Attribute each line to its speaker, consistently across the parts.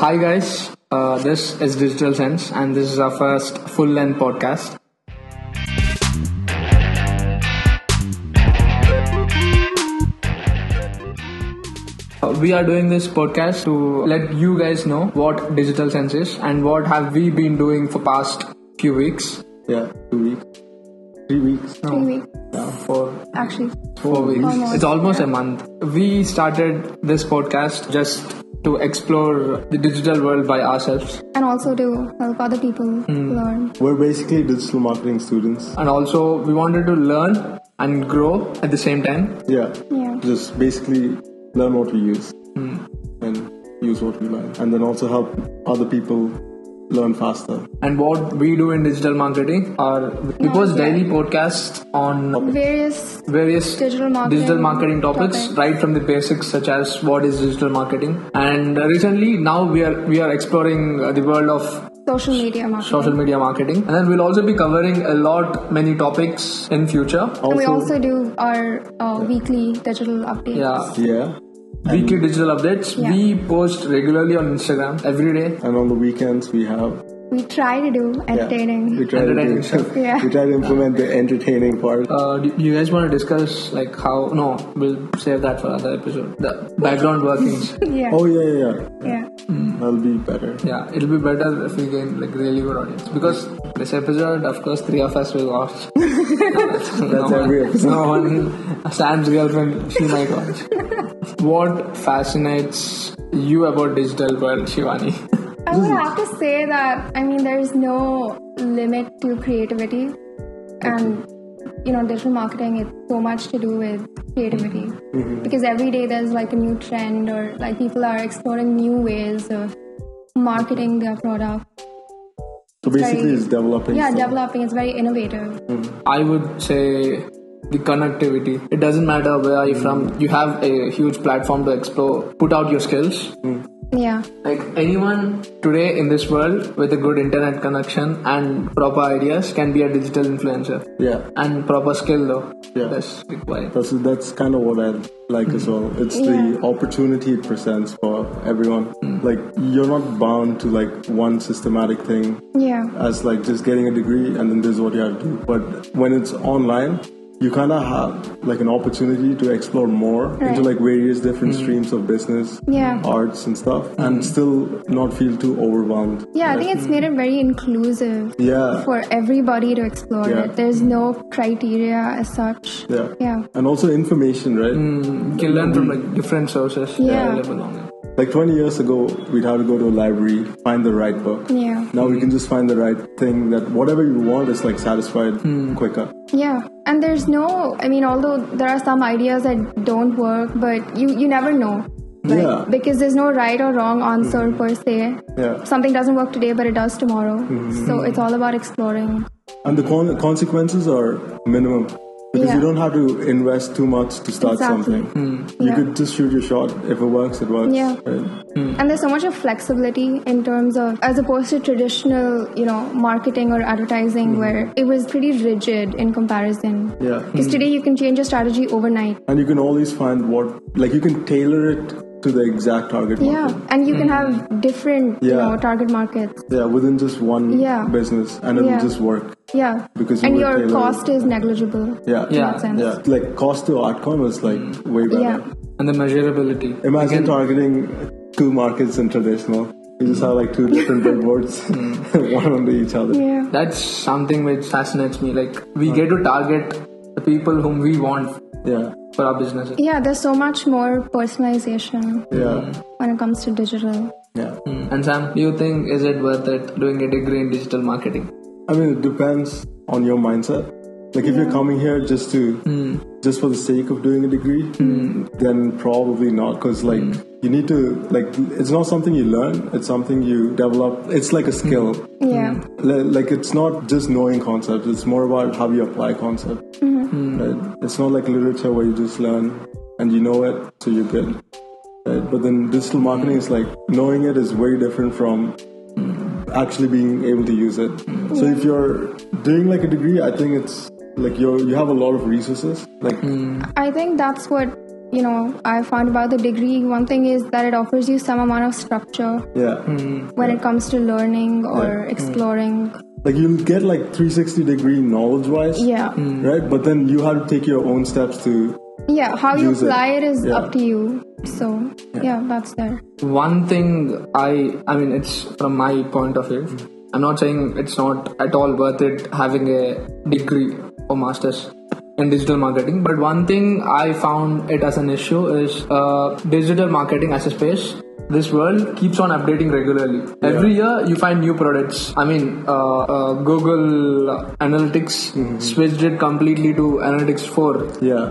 Speaker 1: Hi guys, uh, this is Digital Sense, and this is our first full-length podcast. Uh, We are doing this podcast to let you guys know what digital sense is and what have we been doing for past few weeks.
Speaker 2: Yeah, two weeks. Three weeks.
Speaker 1: No,
Speaker 3: Three weeks,
Speaker 1: yeah, four
Speaker 3: actually.
Speaker 1: four weeks.
Speaker 3: Almost,
Speaker 1: it's almost a month. We started this podcast just to explore the digital world by ourselves.
Speaker 3: And also to help other people
Speaker 1: Hmm.
Speaker 3: learn.
Speaker 2: We're basically digital marketing students.
Speaker 1: and also we wanted to learn and grow at the same time
Speaker 2: Yeah.
Speaker 3: Yeah.
Speaker 2: Just basically learn what we use and use what we learn. And then also help other people learn faster.
Speaker 1: and what we do in digital marketing are we
Speaker 3: Yeah,
Speaker 1: post
Speaker 3: yeah.
Speaker 1: daily podcasts on
Speaker 3: Various
Speaker 1: various
Speaker 3: Digital marketing
Speaker 1: digital marketing topics,
Speaker 3: topics.
Speaker 1: right from the basics such as what is digital marketing and uh, recently now we are we are exploring uh, the world of
Speaker 3: social media marketing.
Speaker 1: social media marketing and then we'll also be covering a lot many topics in future
Speaker 3: and we also do our uh, weekly digital updates.
Speaker 1: yeah
Speaker 2: Yeah.
Speaker 1: weekly digital updates
Speaker 3: Yeah.
Speaker 1: we post regularly on instagram every day
Speaker 2: And on the weekends we have
Speaker 3: We try to do
Speaker 2: yeah,
Speaker 3: entertaining.
Speaker 2: we try
Speaker 1: Entertaining
Speaker 2: to
Speaker 1: stuff.
Speaker 2: do,
Speaker 3: Yeah.
Speaker 2: we try to implement the entertaining part.
Speaker 1: Uh, do do you guys want to discuss like how? No, we'll save that for another episode. The background workings.
Speaker 3: yeah.
Speaker 2: Oh yeah, yeah, yeah.
Speaker 3: yeah.
Speaker 2: That'll be better.
Speaker 1: Yeah, it'll be better if we gain like really good audience because this episode, of course, three of us will watch. That's no
Speaker 2: every
Speaker 1: one,
Speaker 2: episode.
Speaker 1: no one. Sam's girlfriend, she might watch. what fascinates you about digital world, Shivani?
Speaker 3: I would have to say that, I mean, there's no limit to creativity. And, you know, digital marketing, it's so much to do with creativity.
Speaker 2: Mm-hmm.
Speaker 3: Because every day there's like a new trend or like people are exploring new ways of marketing their product.
Speaker 2: So basically,
Speaker 3: Very-
Speaker 2: it's developing.
Speaker 3: Yeah,
Speaker 2: stuff. Mm-hmm.
Speaker 3: developing is very innovative.
Speaker 1: I would say the connectivity. It doesn't matter where you're
Speaker 2: Mm.
Speaker 1: from. You have a huge platform to explore. Put out your skills.
Speaker 3: Yeah.
Speaker 1: Like anyone today in this world with a good internet connection and proper ideas can be a digital influencer.
Speaker 2: Yeah.
Speaker 1: And proper skill though.
Speaker 2: Yeah.
Speaker 1: That's required.
Speaker 2: That's that's kind of what I like as well. It's the opportunity it presents for everyone. Like you're not bound to like one systematic thing
Speaker 3: Yeah.
Speaker 2: as like just getting a degree and then this is what you have to do. But when it's online, you kind of have like an opportunity to explore more into
Speaker 3: Right.
Speaker 2: like various different streams of business,
Speaker 3: Yeah.
Speaker 2: arts and stuff, and still not feel too overwhelmed.
Speaker 3: Yeah, I think it's made it very inclusive
Speaker 2: Yeah.
Speaker 3: for everybody to explore
Speaker 2: Yeah.
Speaker 3: it. There's no criteria as such.
Speaker 2: Yeah.
Speaker 3: Yeah.
Speaker 2: And also information, right?
Speaker 1: You can learn from like different sources that are
Speaker 3: Yeah.
Speaker 1: available on it.
Speaker 2: Like 20 years ago, we'd have to go to a library, find the right book.
Speaker 3: Yeah.
Speaker 2: Now we can just find the right thing that whatever you want is like satisfied quicker.
Speaker 3: Yeah, and there's no. I mean, although there are some ideas that don't work, but you you never know. Like,
Speaker 2: Yeah.
Speaker 3: Because there's no right or wrong answer per se.
Speaker 2: Yeah. Mm-hmm.
Speaker 3: Something doesn't work today, but it does tomorrow. So it's all about exploring.
Speaker 2: And the con- consequences are minimum because
Speaker 3: Yeah.
Speaker 2: you don't have to invest too much to start
Speaker 3: Exactly.
Speaker 2: something. You
Speaker 3: Yeah.
Speaker 2: could just shoot your shot. If it works, it works.
Speaker 3: Yeah.
Speaker 2: Right?
Speaker 3: And there's so much of flexibility in terms of, as opposed to traditional, you know, marketing or advertising, where it was pretty rigid in comparison.
Speaker 2: Mm-hmm. Yeah. Mm-hmm.
Speaker 3: Because today you can change your strategy overnight.
Speaker 2: And you can always find what, like, you can tailor it to the exact target
Speaker 3: Yeah,
Speaker 2: market.
Speaker 3: and you can have different, you
Speaker 2: Mm-hmm. Yeah.
Speaker 3: know, target markets.
Speaker 2: Yeah, within just one
Speaker 3: Yeah.
Speaker 2: business, and it'll
Speaker 3: Yeah.
Speaker 2: just work.
Speaker 3: Yeah.
Speaker 2: Because you
Speaker 3: and
Speaker 2: will
Speaker 3: your
Speaker 2: tailor-
Speaker 3: cost is negligible.
Speaker 2: Yeah,
Speaker 1: Yeah.
Speaker 3: that sense.
Speaker 2: yeah. Like cost to outcome is like way better.
Speaker 3: Yeah.
Speaker 1: And the measurability.
Speaker 2: Imagine targeting two markets in traditional. You just have like two different billboards, one under each other.
Speaker 3: Yeah.
Speaker 1: That's something which fascinates me. Like we get to target the people whom we want
Speaker 2: Yeah,
Speaker 1: for our businesses.
Speaker 3: Yeah, there's so much more personalization
Speaker 2: yeah,
Speaker 3: when it comes to digital.
Speaker 2: yeah.
Speaker 1: Mm. And Sam, do you think is it worth it doing a degree in digital marketing?
Speaker 2: I mean, it depends on your mindset. Like, if you're coming here just to just for the sake of doing a degree, then probably not, because like you need to like it's not something you learn; it's something you develop. It's like a skill.
Speaker 3: Yeah.
Speaker 2: Li- Like it's not just knowing concepts; it's more about how you apply concepts. Right? It's not like literature where you just learn and you know it, so you're good. Right? But then digital marketing is like knowing it is very different from actually being able to use it. So if you're doing like a
Speaker 1: Mm.
Speaker 2: degree, I think it's like you are you have a lot of resources. Like
Speaker 3: I think that's what you know I found about the degree, one thing is that it offers you some amount of structure
Speaker 2: Yeah.
Speaker 1: Mm.
Speaker 2: Mm.
Speaker 3: when it comes to learning or
Speaker 2: Right.
Speaker 3: exploring.
Speaker 2: Like you'll get like 360 degree knowledge wise.
Speaker 3: Yeah,
Speaker 2: Right? But then you have to take your own steps to
Speaker 3: yeah. How you
Speaker 2: Use it.
Speaker 3: apply it is
Speaker 2: Yeah.
Speaker 3: up to you. So yeah, that's there.
Speaker 1: one thing i i mean it's from my point of view i'm not saying it's not at all worth it having a degree or masters in digital marketing but one thing i found it as an issue is uh, digital marketing as a space this world keeps on updating regularly every year you find new products i mean uh, uh, google analytics switched it completely to analytics 4
Speaker 2: yeah.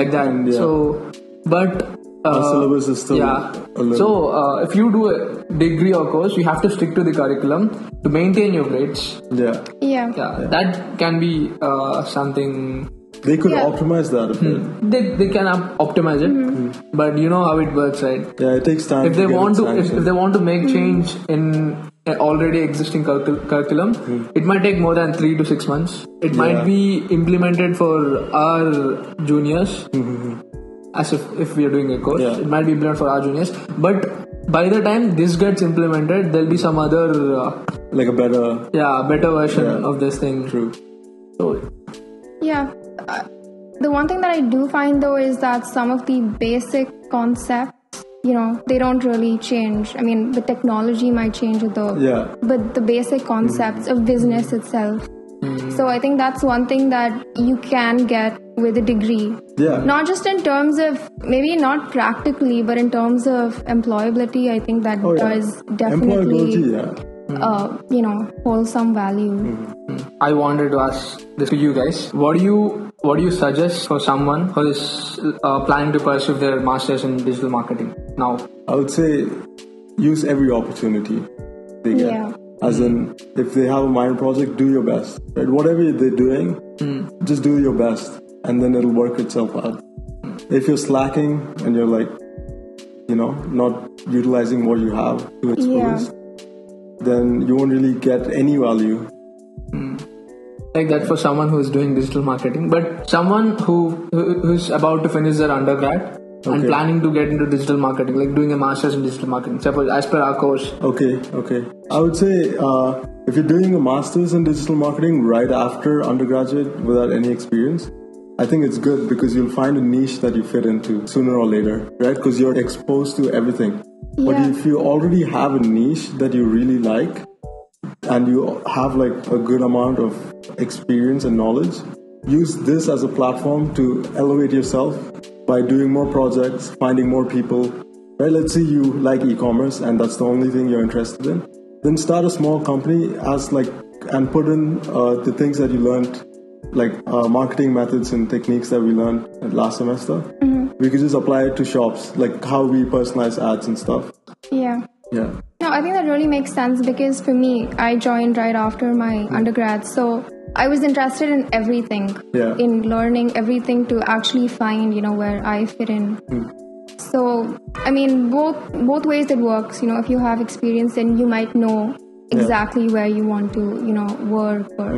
Speaker 1: like that Mm-hmm. so but
Speaker 2: The
Speaker 1: uh,
Speaker 2: syllabus is still
Speaker 1: yeah
Speaker 2: a little
Speaker 1: so uh, if you do a degree or course you have to stick to the curriculum to maintain your grades
Speaker 2: yeah.
Speaker 3: Yeah,
Speaker 1: yeah, that can be uh, something
Speaker 2: They could
Speaker 3: Yeah.
Speaker 2: optimize that a bit.
Speaker 1: they, they can up- optimize it
Speaker 2: Mm-hmm.
Speaker 1: but you know how it works right
Speaker 2: Yeah, it takes time.
Speaker 1: if they
Speaker 2: get Hmm.
Speaker 1: want
Speaker 2: it
Speaker 1: to if, if
Speaker 2: sanctioned.
Speaker 1: they want to make change in an already existing curricul- curriculum it might take more than 3 to 6 months it might
Speaker 2: Hmm. Yeah.
Speaker 1: be implemented for our juniors as if if we are doing a course
Speaker 2: Hmm, Yeah.
Speaker 1: it might be implemented for our juniors but by the time this gets implemented there'll be some other uh,
Speaker 2: like a better
Speaker 1: yeah better version
Speaker 2: Yeah.
Speaker 1: of this thing
Speaker 2: true.
Speaker 1: so
Speaker 3: yeah. Uh, the one thing that I do find though is that some of the basic concepts, you know, they don't really change. I mean, the technology might change with the
Speaker 2: Yeah. Mm-hmm.
Speaker 3: but the basic concepts of business itself. So I think that's one thing that you can get with a degree.
Speaker 2: Yeah.
Speaker 3: Not just in terms of maybe not practically, but in terms of employability, I think that
Speaker 2: Oh, yeah.
Speaker 3: does definitely
Speaker 2: Employability, yeah. Mm-hmm.
Speaker 3: uh, you know hold some value.
Speaker 1: I wanted to ask this to you guys. What do you what do you suggest for someone who is uh, planning to pursue their masters in digital marketing now?
Speaker 2: I would say use every opportunity they get.
Speaker 3: Yeah.
Speaker 2: As in, if they have a mind project, do your best. Right? Whatever they're doing, just do your best, and then it'll work itself out. If you're slacking and you're like, you know, not utilizing what you have to its
Speaker 3: Yeah.
Speaker 2: fullest, then you won't really get any value.
Speaker 1: Like that for someone who is doing digital marketing, but someone who who- who's about to finish their undergrad and
Speaker 2: Okay.
Speaker 1: planning to get into digital marketing, like doing a masters in digital marketing. Suppose as per our course,
Speaker 2: Okay, okay. I would say uh, if you're doing a master's in digital marketing right after undergraduate without any experience, I think it's good because you'll find a niche that you fit into sooner or later, right? Because you're exposed to everything.
Speaker 3: Yeah.
Speaker 2: But if you already have a niche that you really like and you have like a good amount of experience and knowledge, use this as a platform to elevate yourself by doing more projects, finding more people. Right? Let's say you like e-commerce and that's the only thing you're interested in. Then start a small company as like and put in uh, the things that you learned, like uh, marketing methods and techniques that we learned at last semester. We could just apply it to shops, like how we personalize ads and stuff.
Speaker 3: Yeah.
Speaker 2: Yeah.
Speaker 3: No, I think that really makes sense because for me, I joined right after my undergrad. So I was interested in everything,
Speaker 2: Yeah.
Speaker 3: in learning everything to actually find, you know, where I fit in. So, I mean, both both ways it works. You know, if you have experience, then you might know exactly where you want to, you know, work or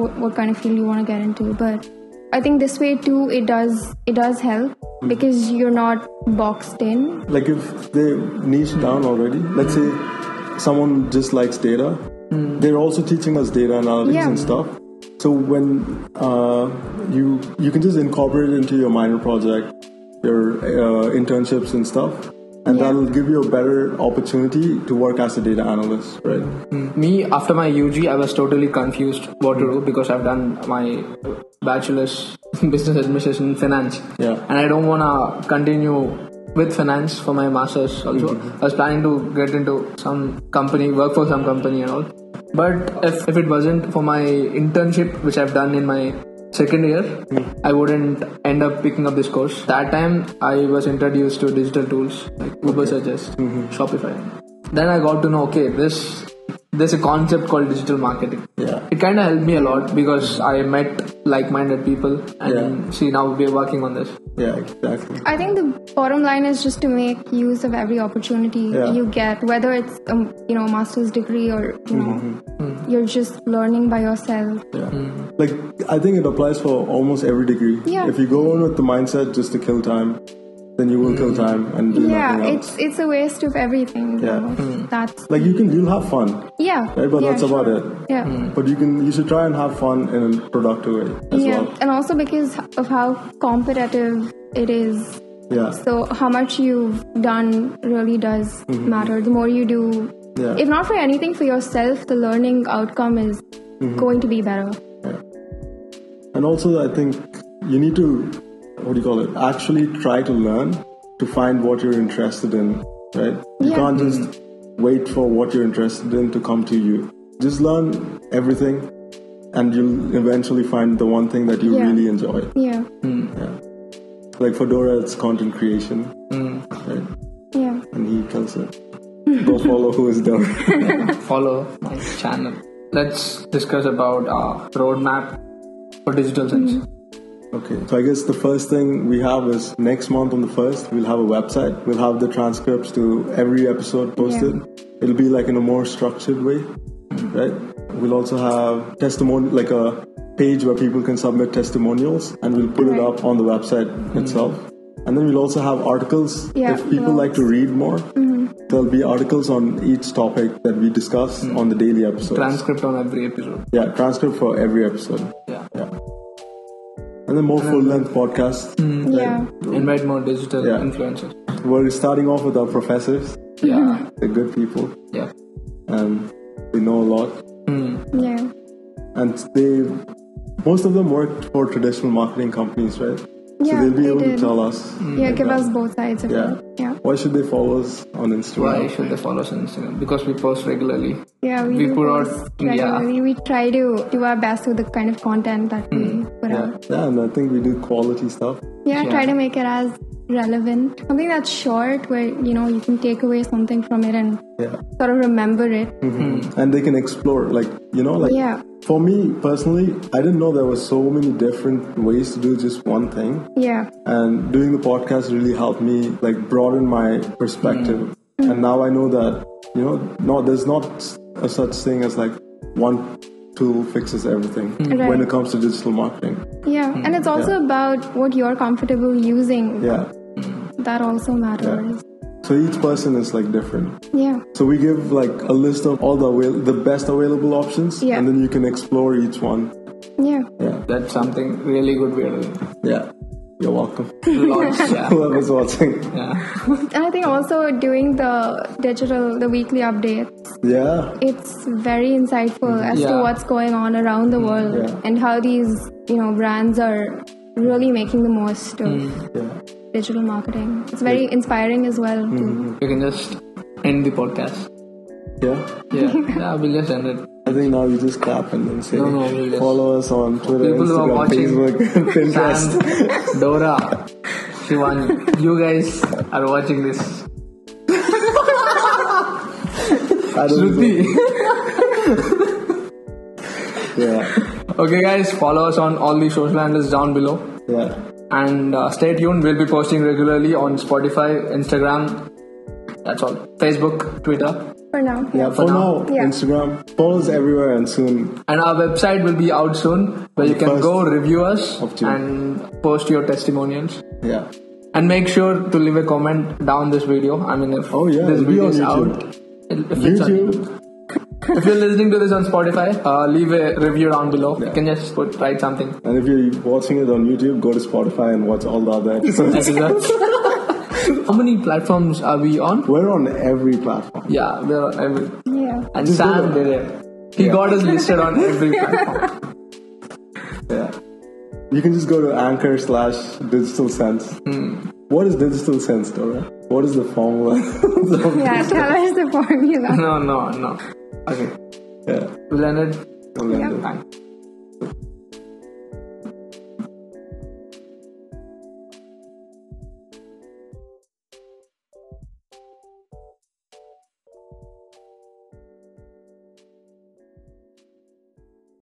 Speaker 3: what, what kind of field you want to get into. But I think this way too, it does it does help because you're not boxed in
Speaker 2: like if they niche down already let's say someone just likes data they're also teaching us data analytics
Speaker 3: Hmm. Yeah.
Speaker 2: and stuff so when uh, you you can just incorporate it into your minor project your uh, internships and stuff and
Speaker 3: Yeah.
Speaker 2: that'll give you a better opportunity to work as a data analyst right
Speaker 3: Hmm.
Speaker 1: me after my UG, I was totally confused what to do
Speaker 2: Hmm.
Speaker 1: because I've done my bachelor's in business administration in finance,
Speaker 2: Yeah.
Speaker 1: and I don't wanna continue with finance for my masters. Also, I was planning to get into some company, work for some company and all. But if if it wasn't for my internship, which I've done in my second year, I wouldn't end up picking up this course. That time, I was introduced to digital tools like Uber Suggest, Shopify then I got to know okay this there's a concept called digital marketing.
Speaker 2: Yeah.
Speaker 1: It kind of helped me a lot because I met like-minded people and
Speaker 2: Yeah.
Speaker 1: see now we're working on this.
Speaker 2: yeah exactly
Speaker 3: I think the bottom line is just to make use of every opportunity
Speaker 2: Yeah. Mm-hmm.
Speaker 3: you get, whether it's um, you know a master's degree or you know you're just learning by yourself.
Speaker 2: Yeah. Like I think it applies for almost every degree.
Speaker 3: Hmm. Yeah.
Speaker 2: If you go in with the mindset just to kill time, then you will kill time and do
Speaker 3: Hmm. Yeah,
Speaker 2: nothing
Speaker 3: it's
Speaker 2: else.
Speaker 3: it's a waste of everything.
Speaker 2: Yeah. Mm.
Speaker 3: almost. That's
Speaker 2: Like you can, you'll have fun,
Speaker 3: yeah.
Speaker 2: right? But
Speaker 3: yeah,
Speaker 2: that's about
Speaker 3: sure.
Speaker 2: it.
Speaker 3: Yeah.
Speaker 2: But you can, you should try and have fun in a productive way as
Speaker 3: yeah,
Speaker 2: well.
Speaker 3: and also because of how competitive it is.
Speaker 2: Yeah.
Speaker 3: So how much you've done really does matter. The more you do,
Speaker 2: Mm-hmm. Yeah.
Speaker 3: if not for anything for yourself, the learning outcome is
Speaker 2: Mm-hmm.
Speaker 3: going to be better.
Speaker 2: And also, I think you need to, what do you call it? Actually, try to learn to find what you're interested in, right? You
Speaker 3: Yeah.
Speaker 2: can't just wait for what you're interested in to come to you. Just learn everything, and you'll eventually find the one thing that you
Speaker 3: Yeah.
Speaker 2: really enjoy.
Speaker 3: Yeah,
Speaker 2: Yeah. Like for Dora, it's content creation, right?
Speaker 3: yeah.
Speaker 2: And he tells it. Go follow who is Dora.
Speaker 1: follow my channel. Let's discuss about our roadmap for digital sense.
Speaker 2: Okay, so I guess the first thing we have is next month on the 1st, we'll have a website. We'll have the transcripts to every episode posted. It'll be like in a more structured way, right? We'll also have testimony, like a page where people can submit testimonials, and we'll put it
Speaker 3: Right.
Speaker 2: up on the website itself. And then we'll also have articles
Speaker 3: Yeah, Mm-hmm.
Speaker 2: if people like to read more. There'll be articles on each topic that we discuss on the daily episodes.
Speaker 1: Transcript on every episode.
Speaker 2: yeah, transcript for every episode.
Speaker 1: Yeah.
Speaker 2: Yeah. And then more full length podcasts.
Speaker 3: Yeah.
Speaker 1: Invite more digital
Speaker 2: Yeah.
Speaker 1: influencers.
Speaker 2: We're starting off with our professors.
Speaker 1: Yeah.
Speaker 2: They're good people
Speaker 1: Yeah.
Speaker 2: and they know a lot.
Speaker 3: Yeah.
Speaker 2: And they, most of them worked for traditional marketing companies, right? so
Speaker 3: Yeah,
Speaker 2: they'll be
Speaker 3: they
Speaker 2: able to
Speaker 3: did.
Speaker 2: tell us.
Speaker 3: Yeah, give
Speaker 2: that.
Speaker 3: us both sides of
Speaker 2: Yeah.
Speaker 3: it. Yeah.
Speaker 2: Why should they follow us on
Speaker 1: Why
Speaker 2: Instagram?
Speaker 1: should they follow us on Instagram? Because we post regularly.
Speaker 3: Yeah, we,
Speaker 1: We
Speaker 3: do
Speaker 1: put out-
Speaker 3: post
Speaker 1: yeah.
Speaker 3: regularly. We try to do our best with the kind of content that we put
Speaker 2: Yeah.
Speaker 3: out.
Speaker 2: yeah, and I think we do quality stuff.
Speaker 3: Yeah,
Speaker 1: Mm. Yeah.
Speaker 3: try to make it as relevant. Something that's short where, you know, you can take away something from it and
Speaker 2: Yeah.
Speaker 3: sort of remember it.
Speaker 2: Mm. Mm-hmm. And they can explore, like, you know, like,
Speaker 3: Yeah.
Speaker 2: for me personally, I didn't know there were so many different ways to do just one thing.
Speaker 3: Yeah.
Speaker 2: and doing the podcast really helped me like broaden my perspective
Speaker 3: Mm.
Speaker 2: and now i know that you know no there's not a such thing as like one tool fixes everything
Speaker 3: Mm. Right.
Speaker 2: when it comes to digital marketing
Speaker 3: Yeah.
Speaker 1: Mm.
Speaker 3: And it's also
Speaker 2: Yeah.
Speaker 3: about what you're comfortable using.
Speaker 2: yeah
Speaker 3: That also matters.
Speaker 2: so each person is like different
Speaker 3: Yeah.
Speaker 2: so we give like a list of all the avail- the best available options
Speaker 3: Yeah.
Speaker 2: and then you can explore each one
Speaker 3: Yeah.
Speaker 2: yeah
Speaker 1: That's something really good we are doing.
Speaker 2: yeah you're welcome
Speaker 1: Lots, yeah.
Speaker 2: whoever's watching
Speaker 1: yeah.
Speaker 3: And I think also doing the digital, the weekly updates,
Speaker 2: yeah
Speaker 3: it's very insightful as to
Speaker 1: Yeah.
Speaker 3: what's going on around the world
Speaker 2: Mm-hmm. Yeah.
Speaker 3: and how these, you know, brands are really making the most of
Speaker 2: yeah
Speaker 3: digital marketing. It's very inspiring as well. too.
Speaker 2: Mm-hmm.
Speaker 1: You can just end the podcast.
Speaker 2: yeah
Speaker 1: Yeah. yeah, we'll just end it.
Speaker 2: I think now you just clap and then say,
Speaker 1: No, no, we'll just-
Speaker 2: follow us on Twitter,
Speaker 1: People who are watching.
Speaker 2: Instagram, Facebook, Pinterest.
Speaker 1: Sam, Dora, Shivani, you guys are watching this.
Speaker 2: I don't know.
Speaker 1: Shruti.
Speaker 2: Yeah,
Speaker 1: Okay, guys, follow us on all the social handles down below.
Speaker 2: yeah.
Speaker 1: And uh, stay tuned, we'll be posting regularly on Spotify, Instagram, that's all. Facebook, Twitter.
Speaker 3: For now.
Speaker 2: Yeah,
Speaker 1: For
Speaker 2: for now,
Speaker 1: now.
Speaker 3: Yeah.
Speaker 2: Instagram, follow us everywhere and soon.
Speaker 1: And our website will be out soon where you can
Speaker 2: First
Speaker 1: go review us
Speaker 2: of June.
Speaker 1: and post your testimonials.
Speaker 2: Yeah.
Speaker 1: And make sure to leave a comment down this video. I mean, if
Speaker 2: Oh, yeah,
Speaker 1: this
Speaker 2: it'll be
Speaker 1: video
Speaker 2: on
Speaker 1: is
Speaker 2: YouTube.
Speaker 1: out, it'll- if, it's on YouTube.
Speaker 2: YouTube,
Speaker 1: if you're listening to this on Spotify, uh, leave a review down below. You can just put, write something.
Speaker 2: and if you're watching it on YouTube, go to Spotify and watch all the other episodes.
Speaker 1: How many platforms are we on?
Speaker 2: We're on every platform.
Speaker 1: Yeah, we're on every.
Speaker 3: Yeah.
Speaker 1: And
Speaker 2: Just
Speaker 1: Sam
Speaker 2: do
Speaker 1: did it. He got us listed on every platform.
Speaker 2: Yeah. You can just go to Anchor slash Digital Sense.
Speaker 1: Hmm.
Speaker 2: What is Digital Sense, Dora? What is the formula?
Speaker 3: Yeah, tell us the formula.
Speaker 1: No, no, no. Okay,
Speaker 2: yeah.
Speaker 1: we'll end it.
Speaker 2: I'll end it.
Speaker 1: Bye.